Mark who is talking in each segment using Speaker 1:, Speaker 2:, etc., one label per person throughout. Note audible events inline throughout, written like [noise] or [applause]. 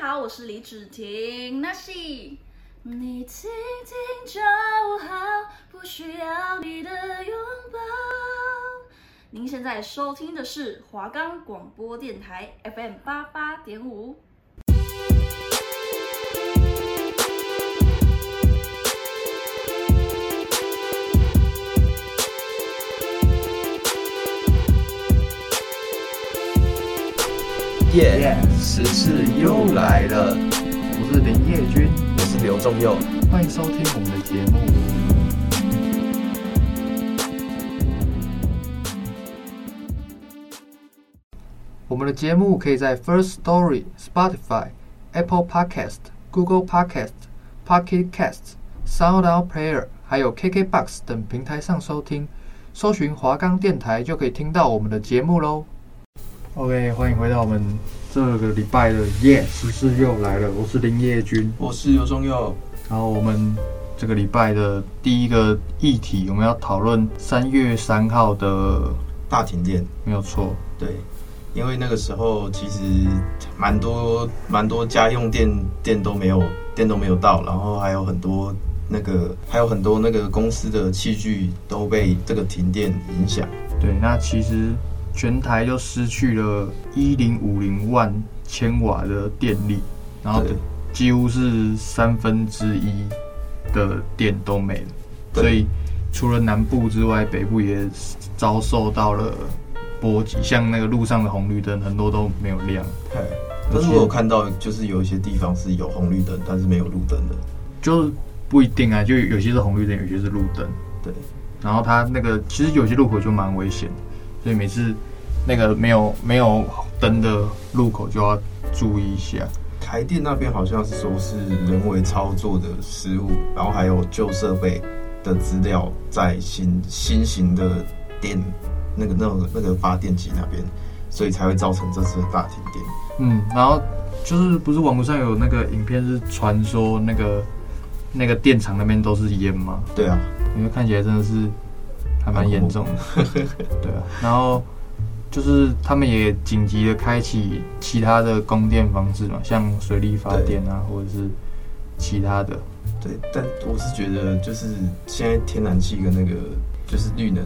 Speaker 1: 好，我是李芷婷，那是
Speaker 2: 你听听就好，不需要你的拥抱。
Speaker 1: 您现在收听的是华冈广播电台 FM 八八点五。
Speaker 3: 耶！时事又来了，
Speaker 4: 我是林叶君，
Speaker 3: 我是刘仲佑。
Speaker 4: 欢迎收听我们的节目。我们的节目可以在 First Story、Spotify、Apple Podcast、Google Podcast、Pocket Casts、SoundOut Player，还有 KKBox 等平台上收听，搜寻华冈电台就可以听到我们的节目喽。OK，欢迎回到我们这个礼拜的夜时事又来了，我是林叶君。
Speaker 3: 我是刘仲佑。
Speaker 4: 然后我们这个礼拜的第一个议题，我们要讨论三月三号的，
Speaker 3: 大停电，
Speaker 4: 没有错，
Speaker 3: 对，因为那个时候其实蛮多蛮多家用电电都没有电都没有到，然后还有很多那个还有很多那个公司的器具都被这个停电影响。
Speaker 4: 对，那其实全台就失去了一零五零万千瓦的电力，然后
Speaker 3: 对
Speaker 4: 几乎是三分之一的电都没了，
Speaker 3: 对
Speaker 4: 所以除了南部之外，北部也遭受到了波及，像那个路上的红绿灯很多都没有亮，
Speaker 3: 嘿但是
Speaker 4: 而且
Speaker 3: 我有看到，就是有一些地方是有红绿灯，但是没有路灯的。
Speaker 4: 就不一定啊，就有些是红绿灯，有些是路灯，
Speaker 3: 对，
Speaker 4: 然后它那个其实有些路口就蛮危险的，所以每次那个没有没有灯的路口就要注意一下。
Speaker 3: 台电那边好像是说是人为操作的失误，然后还有旧设备的资料在新新型的电那个那个那个发电机那边，所以才会造成这次的大停电。
Speaker 4: 嗯，然后就是不是网络上有那个影片是传说那个那个电厂那边都是烟吗？
Speaker 3: 对啊，
Speaker 4: 因为看起来真的是还蛮严重的。对啊，然后就是他们也紧急的开启其他的供电方式嘛，像水力发电啊，或者是其他的。
Speaker 3: 对，但我是觉得就是现在天然气跟那个就是绿能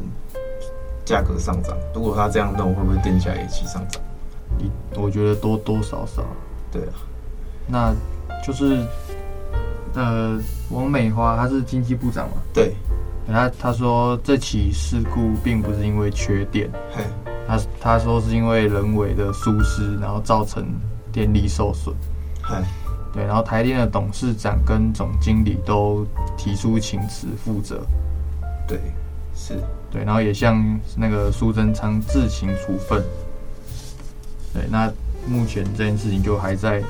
Speaker 3: 价格上涨，如果它这样弄，会不会电价也一起上涨？
Speaker 4: 一我觉得多多少少，
Speaker 3: 对啊，
Speaker 4: 那就是呃，王美花她是经济部长嘛，
Speaker 3: 对，
Speaker 4: 她她说这起事故并不是因为缺电，
Speaker 3: 嘿，
Speaker 4: 她她说是因为人为的疏失，然后造成电力受损。
Speaker 3: 嘿，
Speaker 4: 对，然后台电的董事长跟总经理都提出请辞负责。
Speaker 3: 对，是，
Speaker 4: 对，然后也向那个苏贞昌自行处分。对，那目前这件事情就还在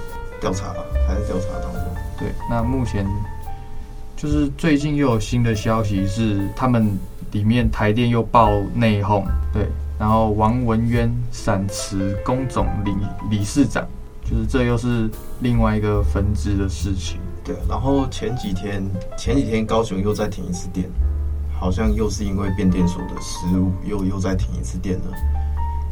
Speaker 3: 调查吧，还是调查当中。
Speaker 4: 对，那目前就是最近又有新的消息是，他们里面台电又爆内讧，对，然后王文渊闪辞工总理理事长，就是这又是另外一个分支的事情。
Speaker 3: 对，然后前几天前几天高雄又再停一次电，好像又是因为变电所的失误，又又再停一次电了。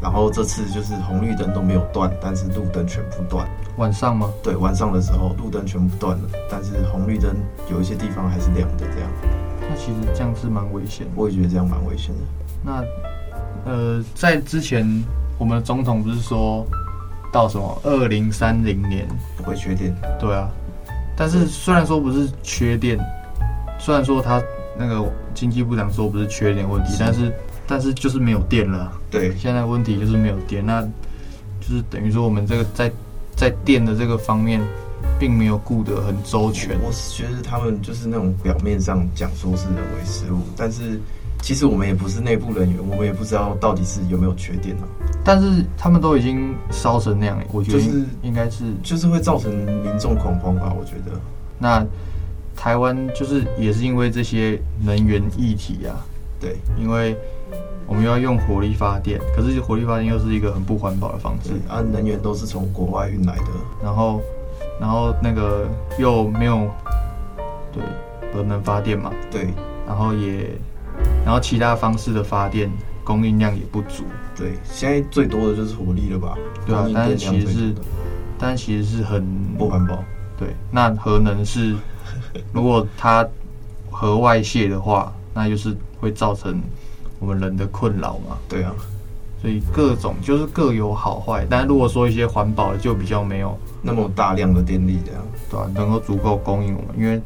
Speaker 3: 然后这次就是红绿灯都没有断，但是路灯全部断。
Speaker 4: 晚上吗？
Speaker 3: 对，晚上的时候路灯全部断了，但是红绿灯有一些地方还是亮的。这样，
Speaker 4: 那其实这样是蛮危险的。
Speaker 3: 我也觉得这样蛮危险的。
Speaker 4: 那呃，在之前我们的总统不是说到什么二零三零年
Speaker 3: 不会缺电，
Speaker 4: 对啊，但是虽然说不是缺电，虽然说他那个经济部长说不是缺电问题，
Speaker 3: 是
Speaker 4: 但是但是就是没有电了啊。
Speaker 3: 对
Speaker 4: 现在问题就是没有电，那就是等于说我们这个在在电的这个方面，并没有顾得很周全。
Speaker 3: 我是觉得他们就是那种表面上讲说是人为失误，但是其实我们也不是内部人员，我们也不知道到底是有没有缺电啊。
Speaker 4: 但是他们都已经烧成那样了，我觉得
Speaker 3: 就是
Speaker 4: 应应该是
Speaker 3: 就是会造成民众恐慌吧，我觉得。
Speaker 4: 那台湾就是也是因为这些能源议题啊，
Speaker 3: 对，
Speaker 4: 因为我们要用火力发电，可是火力发电又是一个很不环保的方式
Speaker 3: 是，啊，能源都是从国外运来的，
Speaker 4: 然后然后那个又没有对核能发电嘛，
Speaker 3: 对
Speaker 4: 然后也然后其他方式的发电供应量也不足，
Speaker 3: 对，现在最多的就是火力了吧？
Speaker 4: 对啊
Speaker 3: 供应
Speaker 4: 但是
Speaker 3: 电量
Speaker 4: 其实
Speaker 3: 最
Speaker 4: 是
Speaker 3: 多的
Speaker 4: 但其实是很
Speaker 3: 不环保。
Speaker 4: 对。那核能是，如果它核外泄的话，那就是会造成我们人的困扰嘛。
Speaker 3: 对啊，
Speaker 4: 所以各种就是各有好坏，但如果说一些环保的就比较没有，
Speaker 3: 那么大量的电力这样，
Speaker 4: 对吧、能够足够供应我们，因为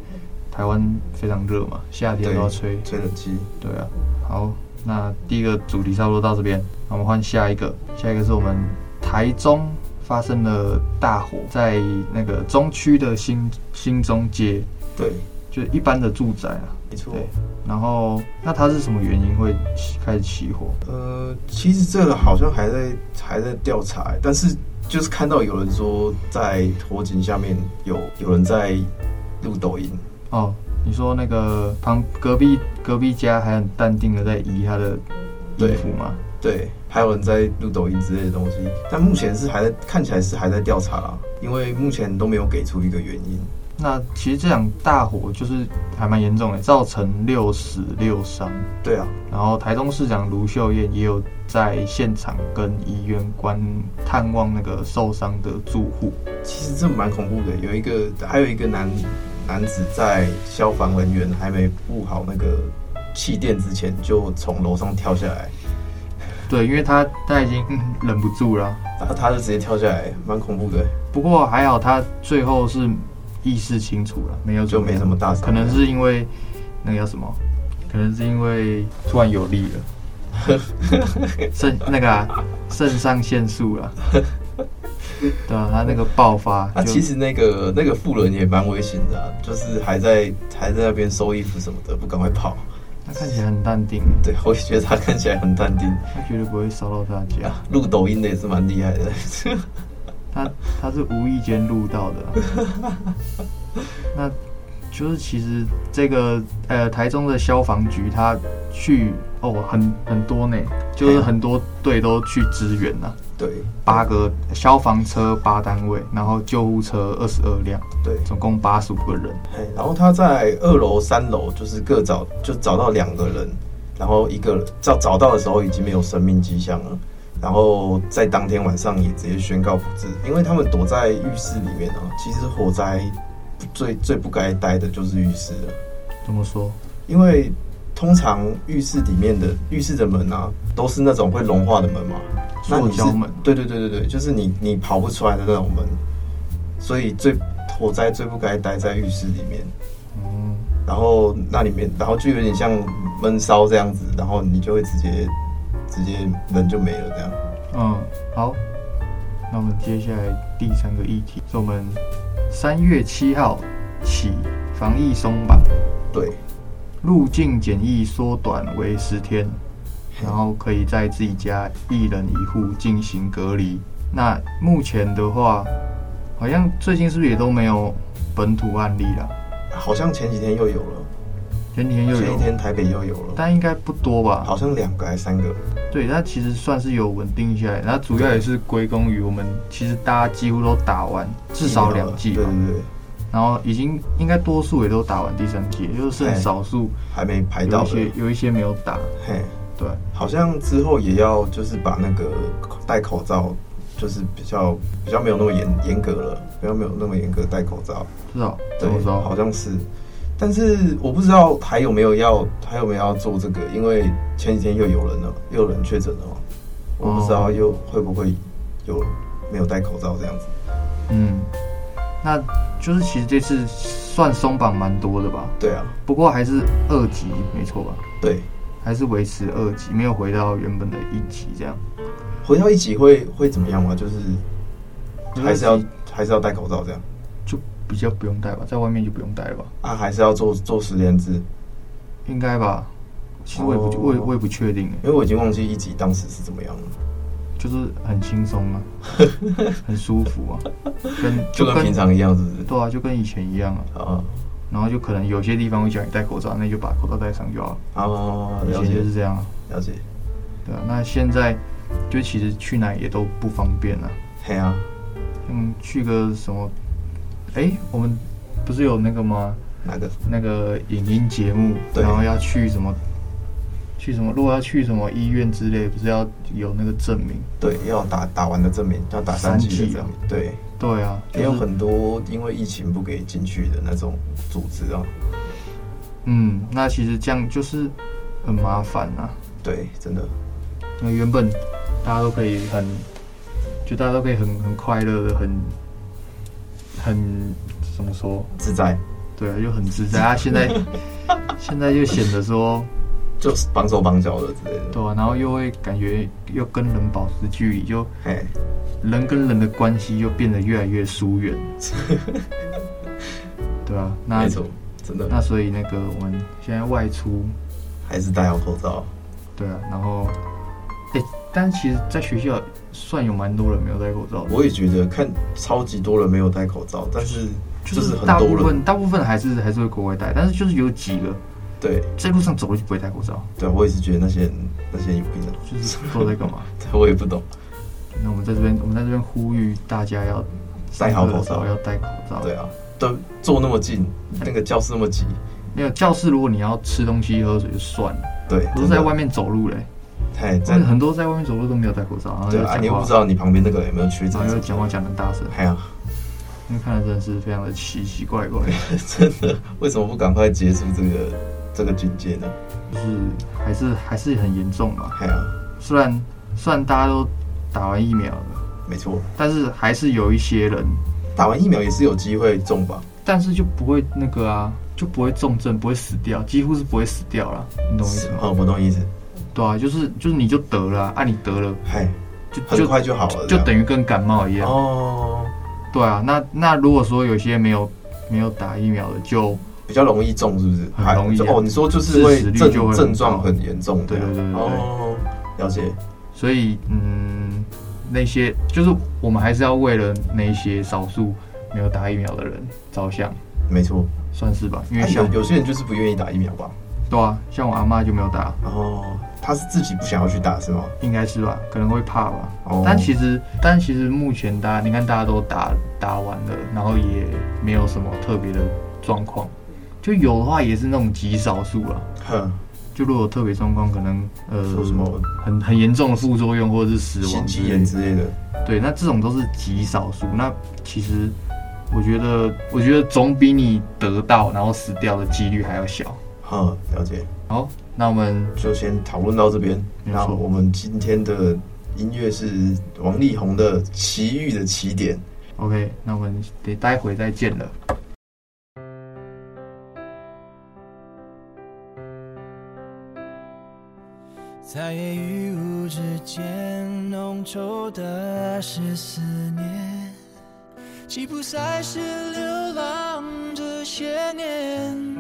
Speaker 4: 台湾非常热嘛，夏天都要吹，
Speaker 3: 吹冷气。
Speaker 4: 对啊。好，那第一个主题差不多到这边，那我们换下一个，下一个是我们台中发生了大火，在那个中区的新新中街，
Speaker 3: 对，
Speaker 4: 就是一般的住宅啊。
Speaker 3: 没错。
Speaker 4: 对然后，那它是什么原因会起开始起火？
Speaker 3: 呃，其实这个好像还在还在调查欸，但是就是看到有人说在火警下面有有人在录抖音，
Speaker 4: 哦，你说那个旁隔壁隔壁家还很淡定的在移他的衣服吗？
Speaker 3: 对，还有人在录抖音之类的东西，但目前是还在看起来是还在调查啦，因为目前都没有给出一个原因。
Speaker 4: 那其实这场大火就是还蛮严重的，造成六死六伤。
Speaker 3: 对啊，
Speaker 4: 然后台中市长卢秀燕也有在现场跟医院观探望那个受伤的住户。
Speaker 3: 其实这蛮恐怖的，有一个还有一个男男子在消防人员还没布好那个气垫之前，就从楼上跳下来，
Speaker 4: 对，因为他他已经、嗯忍不住了啊，
Speaker 3: 然后他就直接跳下来，蛮恐怖的，
Speaker 4: 不过还好他最后是意识清楚了，没有
Speaker 3: 就
Speaker 4: 怎
Speaker 3: 没
Speaker 4: 样
Speaker 3: 什么大伤。
Speaker 4: 可能是因为那个叫什么？可能是因为突然有力了， [laughs] 肾那个啊，肾上腺素了。对啊，他那个爆发
Speaker 3: 那、
Speaker 4: 就
Speaker 3: 啊其实那个那个妇人也蛮危险的啊、就是还在还在那边收衣服什么的，不赶快跑。
Speaker 4: 他看起来很淡定，
Speaker 3: 对，我也觉得他看起来很淡定。
Speaker 4: 他绝对不会烧到大家。
Speaker 3: 啊录抖音的也是蛮厉害的， [laughs]
Speaker 4: 他他是无意间录到的啊、那就是其实这个呃台中的消防局他去哦很很多呢，就是很多队都去支援啊呐、
Speaker 3: 对
Speaker 4: 八个消防车八单位，然后救护车二十二辆，
Speaker 3: 对。
Speaker 4: 总共八十五个人。
Speaker 3: 哎，然后他在二楼、三楼就是各找，就找到两个人，然后一个找找到的时候已经没有生命迹象了，然后在当天晚上也直接宣告不治，因为他们躲在浴室里面啊。其实火灾最最不该待的就是浴室了。
Speaker 4: 怎么说？
Speaker 3: 因为通常浴室里面的浴室的门啊，都是那种会融化的门嘛，那
Speaker 4: 塑
Speaker 3: 你是
Speaker 4: 胶门。
Speaker 3: 对对对对对，就是你你跑不出来的那种门，所以最火灾最不该待在浴室里面，
Speaker 4: 嗯，
Speaker 3: 然后那里面然后就有点像闷烧这样子，然后你就会直接直接人就没了这样。
Speaker 4: 嗯，好，那我们接下来第三个议题是我们三月七号起防疫松绑，
Speaker 3: 对，
Speaker 4: 入境检疫缩短为十天，然后可以在自己家一人一户进行隔离。那目前的话，好像最近是不是也都没有本土案例啦？
Speaker 3: 好像前几天又有了，
Speaker 4: 前几天又
Speaker 3: 前
Speaker 4: 有
Speaker 3: 一，天台北又有了，
Speaker 4: 但应该不多吧？
Speaker 3: 好像两个还三个。
Speaker 4: 对，它其实算是有稳定下来，那主要也是归功于我们，其实大家几乎都打完至少两剂
Speaker 3: 对
Speaker 4: 吧，
Speaker 3: 对对，
Speaker 4: 然后已经应该多数也都打完第三剂，也就是剩
Speaker 3: 哎
Speaker 4: 少数
Speaker 3: 还没排
Speaker 4: 有
Speaker 3: 到
Speaker 4: 一
Speaker 3: 的，
Speaker 4: 些有一些没有打，
Speaker 3: 嘿。
Speaker 4: 对，
Speaker 3: 好像之后也要就是把那个戴口罩，就是比较比较没有那么严严格了，比较没有那么严格戴口罩。
Speaker 4: 至少
Speaker 3: 对
Speaker 4: 怎么，说？
Speaker 3: 好像是，但是我不知道还有没有要还有没有要做这个，因为前几天又有人了，又有人确诊了嘛，我不知道
Speaker 4: 哦
Speaker 3: 又会不会有没有戴口罩这样子。
Speaker 4: 嗯，那就是其实这次算松绑蛮多的吧，
Speaker 3: 对啊，
Speaker 4: 不过还是二级没错吧，
Speaker 3: 对，
Speaker 4: 还是维持二级，没有回到原本的一级这样，
Speaker 3: 回到一起会会怎么样吗？就是还是
Speaker 4: 二
Speaker 3: 要
Speaker 4: 级
Speaker 3: 还是要戴口罩这样
Speaker 4: 就比较不用戴吧，在外面就不用戴了吧。
Speaker 3: 啊，还是要做做十连制，
Speaker 4: 应该吧。其实我也不，
Speaker 3: 哦
Speaker 4: 我也我也不确定哎，
Speaker 3: 因为我已经忘记一级当时是怎么样了。
Speaker 4: 就是很轻松
Speaker 3: [laughs]
Speaker 4: 啊，很舒服啊，跟
Speaker 3: 就跟平常一样，是不是？
Speaker 4: 对啊，就跟以前一样啊。
Speaker 3: 啊，
Speaker 4: 然后就可能有些地方会叫你戴口罩，那你就把口罩戴上就好了。
Speaker 3: 哦，
Speaker 4: 以
Speaker 3: 了
Speaker 4: 前
Speaker 3: 解
Speaker 4: 就是这样啊，
Speaker 3: 了解，
Speaker 4: 对啊。那现在就其实去哪也都不方便了、啊，
Speaker 3: 嘿啊，
Speaker 4: 嗯，去个什么，哎，我们不是有那个吗？
Speaker 3: 哪个？
Speaker 4: 那个影音节目，
Speaker 3: 对
Speaker 4: 然后要去什么？去什么，如果要去什么医院之类，不是要有那个证明？
Speaker 3: 对，要打打完的证明，要打三
Speaker 4: 三
Speaker 3: 剂的
Speaker 4: 剂
Speaker 3: 证
Speaker 4: 啊
Speaker 3: 明。对，
Speaker 4: 对啊，就
Speaker 3: 也有
Speaker 4: 是
Speaker 3: 很多因为疫情不给进去的那种组织啊。
Speaker 4: 嗯，那其实这样就是很麻烦啊。
Speaker 3: 对，真的，
Speaker 4: 那原本大家都可以很，就大家都可以很很快乐的，很很怎么说？
Speaker 3: 自在
Speaker 4: 对啊，就很
Speaker 3: [laughs]
Speaker 4: 自在啊。现在现在就显得说，
Speaker 3: 就是绑手绑脚的之类的。
Speaker 4: 对啊，然后又会感觉又跟人保持距离，就
Speaker 3: 哎，
Speaker 4: 人跟人的关系又变得越来越疏远。对啊，那
Speaker 3: [laughs] 没错，真的
Speaker 4: 那所以那个我们现在外出，
Speaker 3: 还是戴好口罩。
Speaker 4: 对啊，然后，哎、但其实，在学校算有蛮多人没有戴口罩的，
Speaker 3: 我也觉得看超级多人没有戴口罩，但是就是很
Speaker 4: 大部
Speaker 3: 多
Speaker 4: 分
Speaker 3: 人
Speaker 4: 大部分还是还是会国外戴，但是就是有几个
Speaker 3: 对
Speaker 4: 在路上走路就不会戴口罩，
Speaker 3: 对，啊我也是觉得那些人那些人有病的， [laughs]
Speaker 4: 就是不知道在干嘛。
Speaker 3: 我也不懂。
Speaker 4: 那我们在这边，我们在这边呼吁大家要
Speaker 3: 戴好口罩
Speaker 4: 上课的时候要戴口罩。
Speaker 3: 对，啊，都坐那么近，那个教室那么挤，
Speaker 4: 没有教室，如果你要吃东西喝水就算了，
Speaker 3: 对，
Speaker 4: 不是在
Speaker 3: 真的
Speaker 4: 外面走路嘞，
Speaker 3: 哎，
Speaker 4: 真
Speaker 3: 在
Speaker 4: 的很多在外面走路都没有戴口罩，然后就
Speaker 3: 对
Speaker 4: 讲
Speaker 3: 啊，
Speaker 4: 话，哎
Speaker 3: 你又不知道你旁边那个人有没有确诊
Speaker 4: 然后
Speaker 3: 什
Speaker 4: 又
Speaker 3: 么
Speaker 4: 讲话
Speaker 3: 的。
Speaker 4: 讲得很大声，
Speaker 3: 哎呀， [laughs]
Speaker 4: 那看着真的是非常的奇奇怪怪。
Speaker 3: 真的，为什么不赶快结束这个这个警戒呢？
Speaker 4: 就是还是还是很严重吧。
Speaker 3: 哎呀，
Speaker 4: 虽然虽然大家都打完疫苗了，
Speaker 3: 没错，
Speaker 4: 但是还是有一些人，
Speaker 3: 打完疫苗也是有机会中吧？
Speaker 4: 但是就不会那个啊，就不会重症，不会死掉，几乎是不会死掉了。你懂我意思吗？
Speaker 3: 哦，我懂意思。对
Speaker 4: 对啊，就是就是你就得了啊，啊你得了
Speaker 3: 嗨，
Speaker 4: 就
Speaker 3: 哎很
Speaker 4: 就
Speaker 3: 快就好了，
Speaker 4: 就
Speaker 3: 这
Speaker 4: 等于啊跟感冒一
Speaker 3: 样
Speaker 4: 样。
Speaker 3: 哦，
Speaker 4: 对啊，那那如果说有些没有没有打疫苗的就
Speaker 3: 比较容易中，是不是？
Speaker 4: 很容易
Speaker 3: 就
Speaker 4: 啊
Speaker 3: 哦，你说就是会
Speaker 4: 致死率
Speaker 3: 症
Speaker 4: 就会很高
Speaker 3: 症状很严重这
Speaker 4: 对
Speaker 3: 样，
Speaker 4: 对对对对
Speaker 3: 哦，了解，
Speaker 4: 所以嗯，那些就是我们还是要为了那些少数没有打疫苗的人着想，
Speaker 3: 没错。
Speaker 4: 算是吧，因
Speaker 3: 哎
Speaker 4: 为像
Speaker 3: 有有些人就是不愿意打疫苗吧？
Speaker 4: 对啊，像我阿妈就没有打，
Speaker 3: 哦，他是自己不想要去打是吗？
Speaker 4: 应该是吧，可能会怕吧。
Speaker 3: 哦，
Speaker 4: 但其实，但其实目前大家，你看大家都打打完了，然后也没有什么特别的状况，就有的话也是那种极少数啦。
Speaker 3: 哼，
Speaker 4: 就如果有特别状况，可能呃
Speaker 3: 说什么
Speaker 4: 很很严重的副作用或者是死
Speaker 3: 心
Speaker 4: 亡之
Speaker 3: 肌
Speaker 4: 类
Speaker 3: 炎
Speaker 4: 的，
Speaker 3: 之类的，
Speaker 4: 对，那这种都是极少数。那其实我觉得，我觉得总比你得到然后死掉的几率还要小。
Speaker 3: 哼，了解。
Speaker 4: 好，那我们
Speaker 3: 就先讨论到这边。
Speaker 4: 没
Speaker 3: 那
Speaker 4: 错
Speaker 3: 我们今天的音乐是王力宏的《奇遇的起点》。
Speaker 4: OK，那我们得待会再见了。
Speaker 5: 在夜与雾之间，浓稠的是思念，吉普赛是流浪这些年，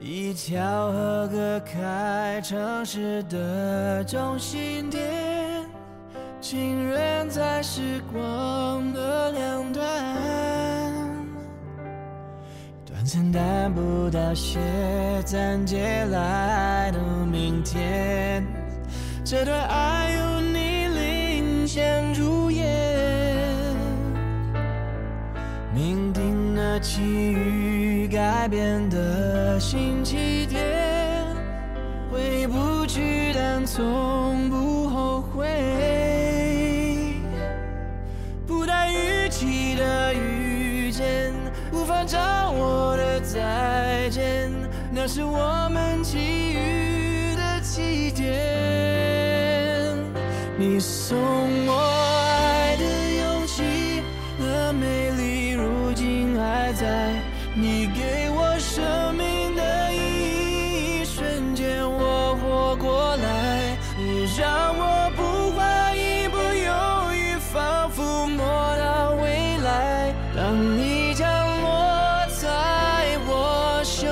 Speaker 5: 一条河隔开城市的中心点，情人在时光的两端。短暂但不凋谢，暂借来的明天。这段爱由你领衔主演，命定了奇遇改变的新起点。回不去，但从不后悔。不带预期的遇见，无法掌握的再见，那是我们奇遇的起点。你送我爱的勇气和美丽，如今还在。你给我生命的意义，瞬间我活过来，你让我不怀疑，不犹豫，仿佛摸到未来。当你降落在我胸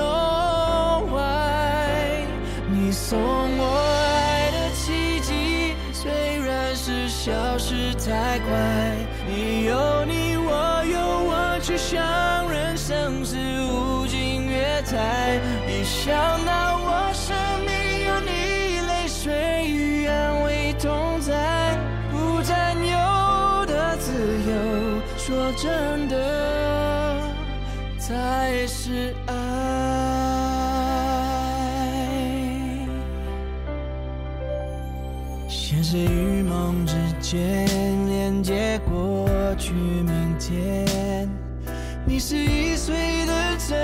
Speaker 5: 怀，你送我爱的奇迹，虽然是消失太快，你有你，我有我，去向人生是无尽月台。一想到我生命有你，泪水与安慰同在，不占有的自由，说真的，才是爱。是与梦之间连接过去明天。你是易碎的针，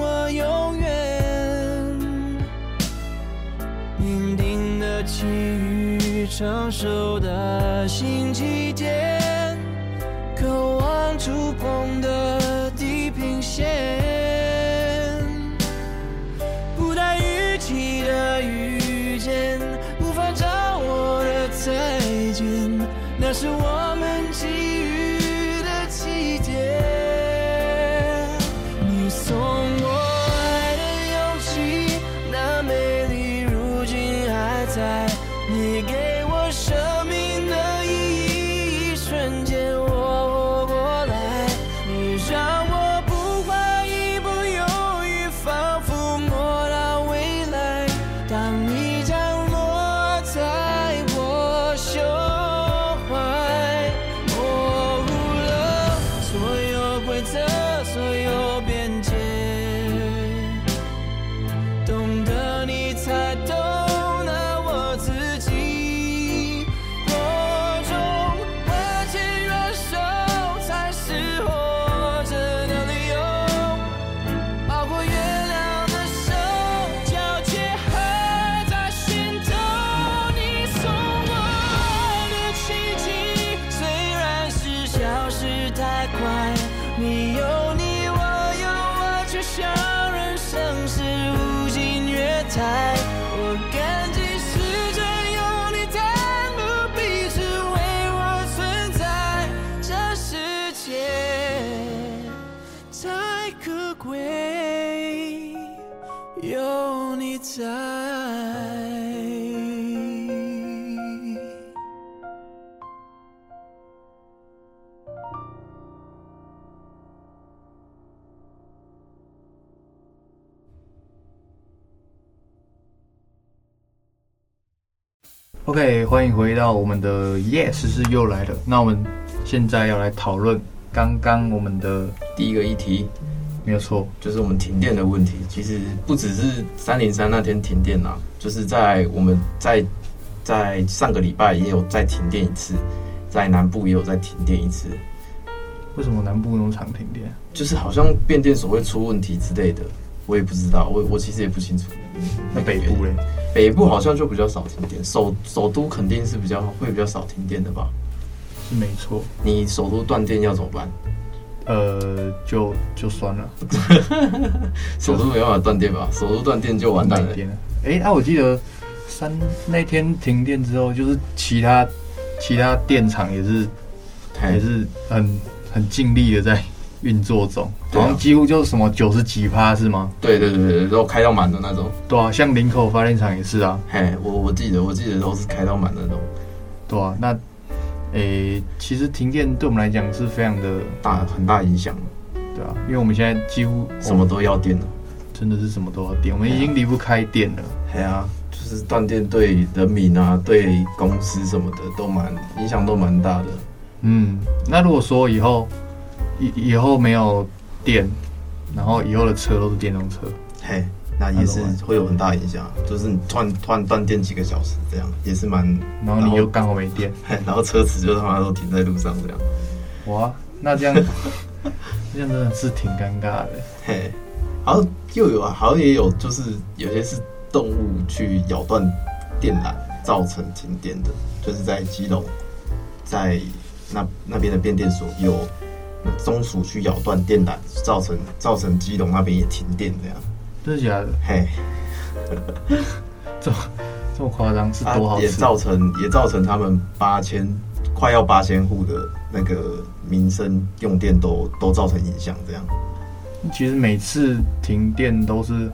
Speaker 5: 我永远命定的际遇，承受的新起点，渴望触碰的地平线。不带预期的遇见，无法掌握的再见，那是我们际遇的起点。你送我爱的勇气，那美丽如今还在。你给我生命的意义，瞬间我活过来。你让我不怀疑，不犹豫，仿佛摸到未来。当你降落在我胸怀，模糊了所有规则，所有边界。懂得你才懂得我自己，火中挽起援手才是活着的理由。包括月亮的手，皎洁还在心头。你送我的奇迹，虽然是消失太快，你有你，我有我，却像人生是无尽月台。我感激世界有你，弹幕彼此为我存在，这世界太可贵，有你在。
Speaker 4: OK，欢迎回到我们的 Yes 是又来了。那我们现在要来讨论刚刚我们的
Speaker 3: 第一个议题
Speaker 4: 没有错，
Speaker 3: 就是我们停电的问题，其实不只是三零三那天停电啦、就是在我们在在上个礼拜也有再停电一次，在南部也有再停电一次，
Speaker 4: 为什么南部农场停电？
Speaker 3: 就是好像变电所会出问题之类的，我也不知道，我我其实也不清楚。
Speaker 4: 那北部嘞？
Speaker 3: 北部好像就比较少停电，首首都肯定是比较会比较少停电的吧？
Speaker 4: 是没错，
Speaker 3: 你首都断电要怎么办？
Speaker 4: 呃，就就算了，
Speaker 3: 首都没办法断电吧？首都断电就完蛋了
Speaker 4: 买。啊电了。哎、那、我记得三那天停电之后，就是其他其他电厂也是
Speaker 3: 嘿
Speaker 4: 也是很很尽力的在运作中，
Speaker 3: 对
Speaker 4: 好
Speaker 3: 啊
Speaker 4: 像几乎就是什么九十几趴是吗？
Speaker 3: 对对对对，都开到满的那种。
Speaker 4: 对啊，像林口发电厂也是啊，
Speaker 3: 嘿，我我记得我记得都是开到满的那种
Speaker 4: 对啊，那诶、其实停电对我们来讲是非常的，
Speaker 3: 大很大影响，
Speaker 4: 对啊，因为我们现在几乎
Speaker 3: 什么都哎要电了。
Speaker 4: 真的是什么都要电，我们已经离不开电了。
Speaker 3: 嘿啊，就是断电对人民啊，对公司什么的都蛮影响都蛮大的。
Speaker 4: 嗯，那如果说以后以以后没有电，然后以后的车都是电动车，
Speaker 3: 嘿，那也是
Speaker 4: 啊
Speaker 3: 会有很大影响，啊就是你突然突然断电几个小时，这样也是蛮。
Speaker 4: 然后你又刚好没电，
Speaker 3: 嘿然后车子就他妈都停在路上这样。
Speaker 4: 哇，那这样
Speaker 3: [laughs]
Speaker 4: 这样真的是挺尴尬的。
Speaker 3: 嘿，好像又有啊好像也有，就是有些是动物去咬断电缆造成停电的，就是在基隆，在那那边的变电所有中暑去咬断电缆，造成造成基隆那边也停电这样。
Speaker 4: 真的假的？
Speaker 3: 嘿，
Speaker 4: 这么夸张是
Speaker 3: 啊
Speaker 4: 多好
Speaker 3: 也
Speaker 4: 吃？
Speaker 3: 造成也造成他们八千快要八千户的那个民生用电都都造成影响这样。
Speaker 4: 其实每次停电都是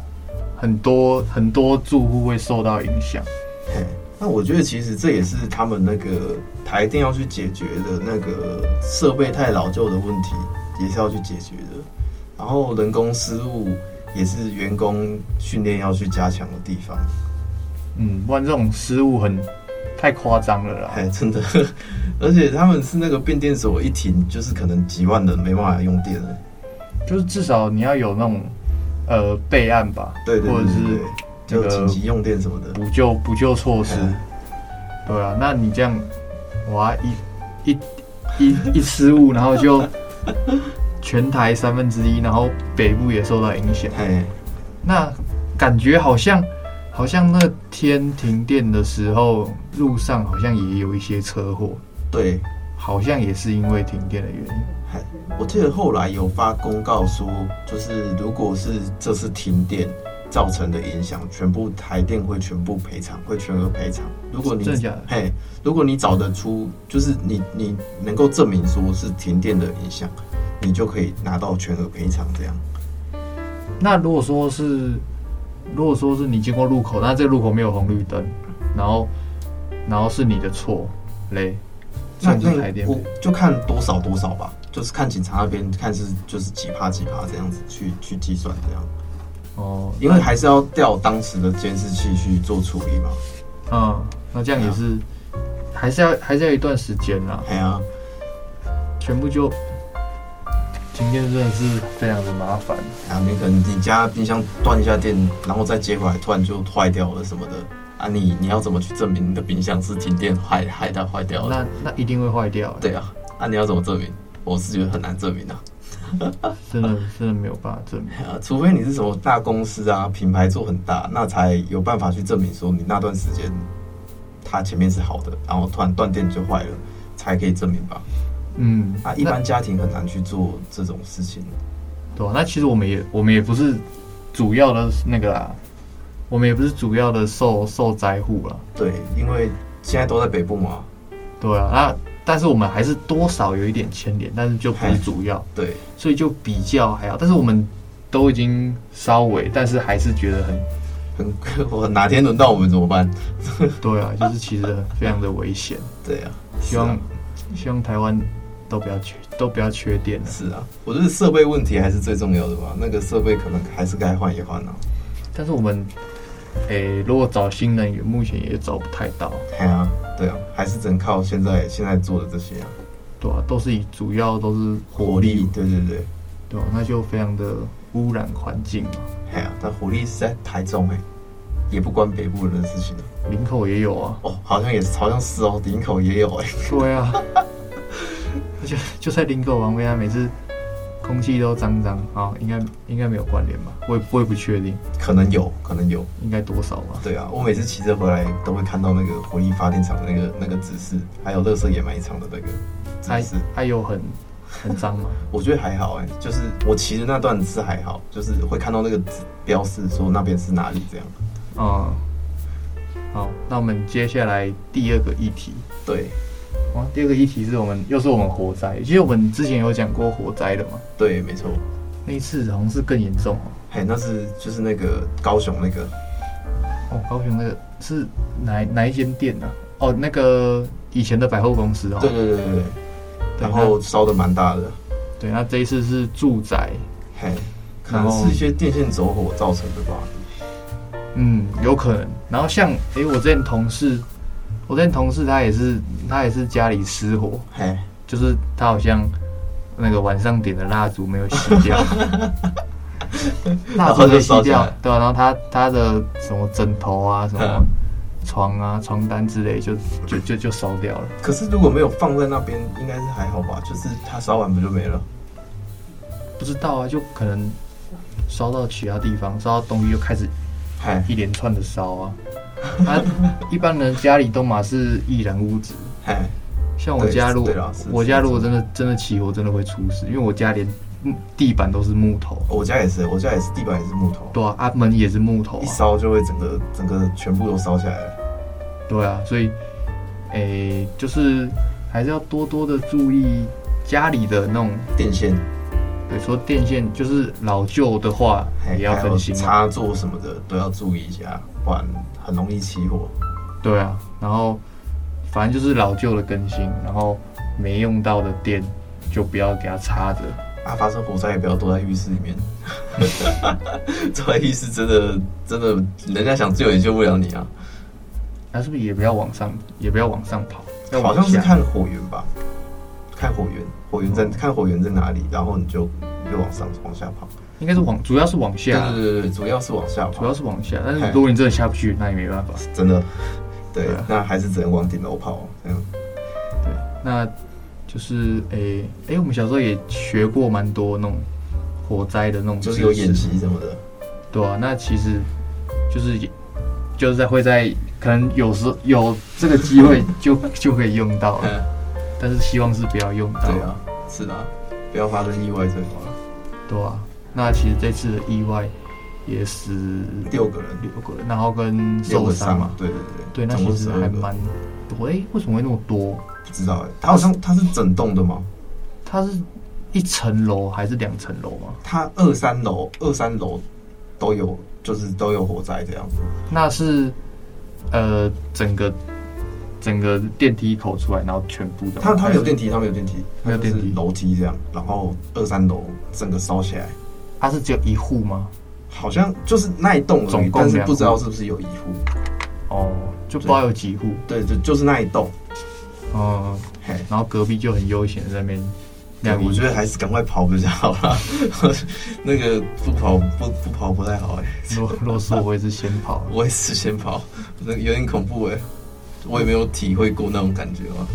Speaker 4: 很多很多住户会受到影响。
Speaker 3: 嘿，那我觉得其实这也是他们那个台电要去解决的那个设备太老旧的问题，也是要去解决的。然后人工失误也是员工训练要去加强的地方。
Speaker 4: 嗯，不然这种失误很太夸张了啦。
Speaker 3: 哎，真的， [laughs] 而且他们是那个变电所一停，就是可能几万人没办法用电了。
Speaker 4: 就是至少你要有那种呃备案吧，
Speaker 3: 对对
Speaker 4: 或
Speaker 3: 对
Speaker 4: 者
Speaker 3: 对
Speaker 4: 是
Speaker 3: 对，就
Speaker 4: 那个
Speaker 3: 紧急用电什么的。
Speaker 4: 补救补救措施
Speaker 3: 嗯，
Speaker 4: 对啊，那你这样，哇一一一一失误，然后就全台三分之一，然后北部也受到影响。
Speaker 3: 嘿，
Speaker 4: 那感觉好像好像那天停电的时候，路上好像也有一些车祸，
Speaker 3: 对，
Speaker 4: 好像也是因为停电的原因。
Speaker 3: 我记得后来有发公告说，就是如果是这次停电造成的影响，全部台电会全部赔偿，会全额赔偿。如果你
Speaker 4: 真的假的
Speaker 3: 嘿，如果你找得出，就是你你能够证明说是停电的影响，你就可以拿到全额赔偿。这样，
Speaker 4: 那如果说是如果说是你经过路口，那这个路口没有红绿灯，然后然后是你的错嘞，
Speaker 3: 那
Speaker 4: 算是
Speaker 3: 那
Speaker 4: 台电
Speaker 3: 我就看多少多少吧，就是看警察那边看是就是几趴几趴这样子去去计算这样，
Speaker 4: 哦，
Speaker 3: 因为还是要调当时的监视器去做处理嘛。
Speaker 4: 嗯，那这样也是。还是要还是要一段时间啦，
Speaker 3: 嘿啊，
Speaker 4: 全部就停电真的是非常的麻烦。
Speaker 3: 啊，你可能你家冰箱断一下电，然后再接回来，突然就坏掉了什么的啊你，你要怎么去证明你的冰箱是停电害害它坏掉了？
Speaker 4: 那那一定会坏掉，
Speaker 3: 对啊，啊你要怎么证明？我是觉得很难证明啊，
Speaker 4: 真的真的没有办法证明。
Speaker 3: 啊除非你是什么大公司啊，品牌做很大，那才有办法去证明说你那段时间它前面是好的，然后突然断电就坏了，才可以证明吧？
Speaker 4: 嗯，
Speaker 3: 啊，一般家庭很难去做这种事情。
Speaker 4: 那对啊、那其实我们也我们也不是主要的那个啦，我们也不是主要的受受灾户啦，
Speaker 3: 对，因为现在都在北部嘛，
Speaker 4: 对啊，那但是我们还是多少有一点牵连，但是就不是主要，
Speaker 3: 对，
Speaker 4: 所以就比较还好。但是我们都已经稍微，但是还是觉得很
Speaker 3: 很 [laughs] 我哪天轮到我们怎么办？
Speaker 4: 对啊，就是其实很非常的
Speaker 3: [laughs]
Speaker 4: 危险。
Speaker 3: 对啊，
Speaker 4: 希
Speaker 3: 是
Speaker 4: 望
Speaker 3: 啊
Speaker 4: 希望台湾都不要缺都不要缺电了。
Speaker 3: 是啊，我觉得设备问题还是最重要的吧。那个设备可能还是该换一换啊。
Speaker 4: 但是我们诶、如果找新能源，目前也找不太到。
Speaker 3: 哎呀、对啊，还是只能靠现在现在做的这些啊，
Speaker 4: 对啊，都是以主要都是
Speaker 3: 火力，对对对，
Speaker 4: 对啊，那就非常的污染环境嘛。
Speaker 3: 哎呀、但火力是在台中哎、也不关北部人的事情啊
Speaker 4: 林口也有啊，
Speaker 3: 哦，好像也是，好像是哦，林口也有哎、
Speaker 4: 对啊， [laughs] 而且就在林口旁边啊，每次空气都脏脏啊，应该应该没有关联吧？我也我也不确定，
Speaker 3: [laughs] 可能有，可能有，
Speaker 4: 应该多少吧？
Speaker 3: 对啊，我每次骑车回来都会看到那个火力发电厂的那个那个指示，还有乐色掩埋场的那个
Speaker 4: 还
Speaker 3: 指示。
Speaker 4: 还有很很脏吗？ [laughs]
Speaker 3: 我觉得还好哎、就是我骑的那段是还好，就是会看到那个指标示说那边是哪里这样。
Speaker 4: 嗯，好，那我们接下来第二个议题。
Speaker 3: 对
Speaker 4: 哦，第二个议题是我们又是我们火灾，其实我们之前有讲过火灾的嘛，
Speaker 3: 对，没错。
Speaker 4: 那一次好像是更严重哦。
Speaker 3: 嘿，那是就是那个高雄那个，
Speaker 4: 哦，高雄那个是哪哪一间店呢、哦，那个以前的百货公司哦。
Speaker 3: 对对对对对，
Speaker 4: 对
Speaker 3: 然后烧的蛮大的，
Speaker 4: 那对，那这一次是住宅，
Speaker 3: 嘿，可
Speaker 4: 然
Speaker 3: 能
Speaker 4: 后
Speaker 3: 是一些电线走火造成的吧。
Speaker 4: 嗯，有可能。然后像诶，我之前同事，我之前同事他也是他也是家里失火，
Speaker 3: 嘿，
Speaker 4: 就是他好像那个晚上点的蜡烛没有熄掉，蜡烛没熄掉，对啊，然后他他的什么枕头啊、什么
Speaker 3: 嗯
Speaker 4: 床啊、床单之类就就就就烧掉了。
Speaker 3: 可是如果没有放在那边，应该是还好吧？就是它烧完不就没了？
Speaker 4: 不知道啊，就可能烧到其他地方，烧到东西就开始
Speaker 3: 嘿，
Speaker 4: 一连串的烧啊。啊，一般人家里都嘛是易燃物质，
Speaker 3: 嘿，
Speaker 4: 像我
Speaker 3: 对
Speaker 4: 家
Speaker 3: 是
Speaker 4: 如果
Speaker 3: 对啦是
Speaker 4: 我
Speaker 3: 是
Speaker 4: 家
Speaker 3: 是
Speaker 4: 如果真的真的起火，真的会出事，因为我家连木地板都是木头，
Speaker 3: 我家也是，我家也是，地板也是木头，
Speaker 4: 对啊，啊门也是木头、啊
Speaker 3: 一，烧就会整个整个全部都烧起来了。
Speaker 4: 对啊，所以，诶、就是还是要多多的注意家里的那种，
Speaker 3: 电线，
Speaker 4: 比如说电线，就是老旧的话
Speaker 3: 嘿，
Speaker 4: 也要
Speaker 3: 还
Speaker 4: 分
Speaker 3: 有
Speaker 4: 心嘛。
Speaker 3: 插座什么的都要注意一下，不然很容易起火。
Speaker 4: 对啊，然后反正就是老旧的更新，然后没用到的电就不要给它插着。
Speaker 3: 啊，发生火灾也不要躲在浴室里面， [laughs] 躲在浴室真的真的，人家想救也救不了你啊。
Speaker 4: 那是不是也不要往上，也不要往上跑？要
Speaker 3: 好
Speaker 4: 往
Speaker 3: 像是
Speaker 4: 下
Speaker 3: 看火源吧，看火源，火源在、
Speaker 4: 哦
Speaker 3: 看火源在哪里，然后你就就往上往下跑。
Speaker 4: 应该是往，主要是往
Speaker 3: 对
Speaker 4: 下，啊
Speaker 3: 对对对，主要是往下
Speaker 4: 主
Speaker 3: 跑
Speaker 4: 要，是往下。但
Speaker 3: 嘿
Speaker 4: 是如果你真的下不去，那也没办法。
Speaker 3: 真的对
Speaker 4: 对啊，
Speaker 3: 那还是只能往顶楼跑。这样，
Speaker 4: 那就是诶诶，我们小时候也学过蛮多那种火灾的那种知
Speaker 3: 就
Speaker 4: 识，
Speaker 3: 是有演习什么的。
Speaker 4: 对啊，那其实就是也就是在会在可能有时有这个机会 [laughs] 就就可以用到了，
Speaker 3: 嗯，
Speaker 4: 但是希望是不要用到，
Speaker 3: 对啊，是的啊，不要发生意外最好了。
Speaker 4: 对啊。那其实这次的意外也是
Speaker 3: 六个人，
Speaker 4: 六个人，然后跟
Speaker 3: 六
Speaker 4: 受
Speaker 3: 个
Speaker 4: 伤
Speaker 3: 伤
Speaker 4: 嘛
Speaker 3: 嘛，，对对对，
Speaker 4: 对，那
Speaker 3: 总
Speaker 4: 其
Speaker 3: 共
Speaker 4: 实
Speaker 3: 12
Speaker 4: 还
Speaker 3: 个
Speaker 4: 蛮多。诶，为什么会那么多？
Speaker 3: 不知道哎，他好像他是整栋的吗？
Speaker 4: 它是一层楼还是两层楼吗？
Speaker 3: 他二三楼二三楼都有，就是都有火灾这样。
Speaker 4: 那是呃整个整个电梯口出来，然后全部的吗。
Speaker 3: 他他没有
Speaker 4: 还是
Speaker 3: 电，梯，他没有电梯，
Speaker 4: 没有电梯
Speaker 3: 它就是楼梯这样，然后二三楼整个烧起来，
Speaker 4: 它是只有一户吗？
Speaker 3: 好像就是那一栋而已
Speaker 4: 总共
Speaker 3: 但是
Speaker 4: 两户
Speaker 3: 不知道是不是有一户。
Speaker 4: 哦，就不知道有几户。
Speaker 3: 对，就就是那一栋。
Speaker 4: 嗯，
Speaker 3: 嘿，
Speaker 4: 然后隔壁就很悠闲地在那边
Speaker 3: 对，
Speaker 4: 晾
Speaker 3: 我
Speaker 4: 衣
Speaker 3: 觉
Speaker 4: 服。
Speaker 3: 得还是赶快跑比较好啦。 [laughs] 那个不跑不不跑不太好哎、
Speaker 4: 若若是我也是先跑，
Speaker 3: 我也是先跑，那个有点恐怖哎、我也没有体会过那种感觉嘛。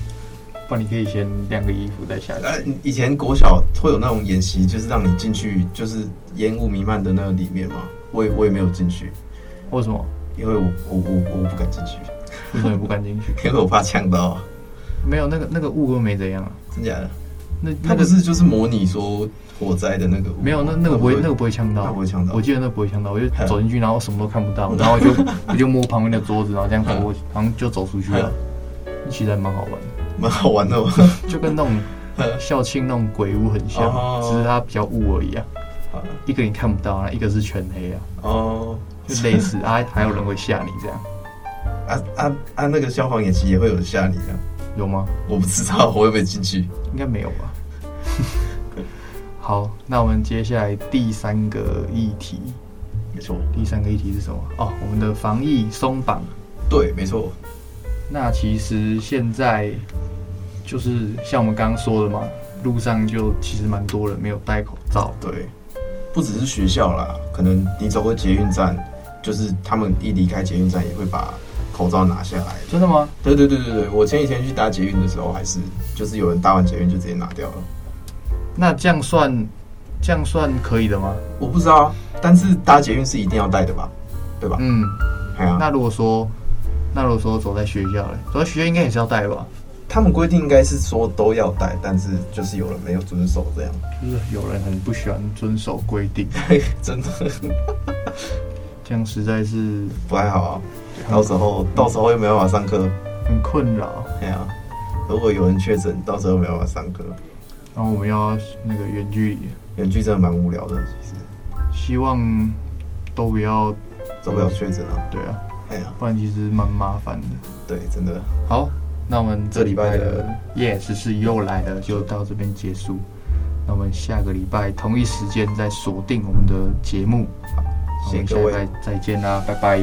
Speaker 4: 不然你可以先晾个衣服再下去。
Speaker 3: 呃，以前国小会有那种演习，就是让你进去，就是烟雾弥漫的那个里面嘛。我也我也没有进去，
Speaker 4: 为什么？
Speaker 3: 因为我我我我不敢进去， [laughs]
Speaker 4: 为什么也不敢进去？
Speaker 3: 因为我怕呛到啊。
Speaker 4: 没有那个那个雾又没怎样啊。
Speaker 3: 真假的？
Speaker 4: 那那
Speaker 3: 他不
Speaker 4: 个
Speaker 3: 是就是模拟说火灾的那个屋吗？
Speaker 4: 没有那那个不会那个不会呛
Speaker 3: 那
Speaker 4: 到
Speaker 3: 不。会呛到
Speaker 4: 我。记得那不会呛到，我就
Speaker 3: 嗯
Speaker 4: 走进去，然后什么都看不
Speaker 3: [laughs]
Speaker 4: 到，然后我就我就摸旁边的桌子，然后这样走过去，然后就走出去了。其实还蛮好玩的，
Speaker 3: 蛮好玩的哦。
Speaker 4: 就跟那种
Speaker 3: 嗯
Speaker 4: 校庆那种鬼屋很像
Speaker 3: 哦，
Speaker 4: 只是它比较雾而已啊。
Speaker 3: 好了
Speaker 4: 一个你看不到，啊，一个是全黑啊，
Speaker 3: 哦，
Speaker 4: 就类
Speaker 3: [laughs]
Speaker 4: 似啊，还有人会吓你这样，
Speaker 3: 啊啊啊！那个消防演习也会有人吓你啊？
Speaker 4: 有吗？
Speaker 3: 我不知道，我又没进去。
Speaker 4: 应该没有
Speaker 3: [laughs]
Speaker 4: 吧。好，那我们接下来第三个议题，
Speaker 3: 没错，
Speaker 4: 第三个议题是什么？哦，我们的防疫松绑。
Speaker 3: 对，没错，
Speaker 4: 那其实现在就是像我们刚刚说的嘛，路上就其实蛮多人没有戴口罩。
Speaker 3: 对，不只是学校啦，可能你走过捷运站，就是他们一离开捷运站也会把口罩拿下来。
Speaker 4: 真的吗？
Speaker 3: 对对对对对，我前几天去搭捷运的时候，还是就是有人搭完捷运就直接拿掉了。
Speaker 4: 那这样算，这样算可以的吗？
Speaker 3: 我不知道啊，但是搭捷运是一定要戴的吧？对吧？
Speaker 4: 嗯，
Speaker 3: 哎呀、
Speaker 4: 那如果说，那如果说走在学校嘞，走在学校应该也是要戴吧？
Speaker 3: 他们规定应该是说都要戴，但是就是有人没有遵守这样， [laughs]
Speaker 4: 就是有人很不喜欢遵守规定，
Speaker 3: 真的 [laughs]
Speaker 4: 这样实在是
Speaker 3: 不太好啊。到时候到时候又没办法上课，
Speaker 4: 很困扰。
Speaker 3: 哎呀、如果有人确诊，到时候没办法上课，
Speaker 4: 然后我们要那个远距离，
Speaker 3: 远距真的蛮无聊的，其实
Speaker 4: 希望都不要
Speaker 3: 走不了确诊啊。
Speaker 4: 对啊，
Speaker 3: 哎呀、
Speaker 4: 不然其实蛮麻烦的。
Speaker 3: 对，真的
Speaker 4: 好，那我们这
Speaker 3: 这
Speaker 4: 礼
Speaker 3: 礼
Speaker 4: 拜
Speaker 3: 拜
Speaker 4: 的
Speaker 3: 的
Speaker 4: 夜时事又来了，就到这边结束。那我们下个礼拜同一时间再锁定我们的节目，那我
Speaker 3: 谢
Speaker 4: 们
Speaker 3: 谢
Speaker 4: 下
Speaker 3: 各
Speaker 4: 礼
Speaker 3: 位
Speaker 4: 拜再见啦，拜拜。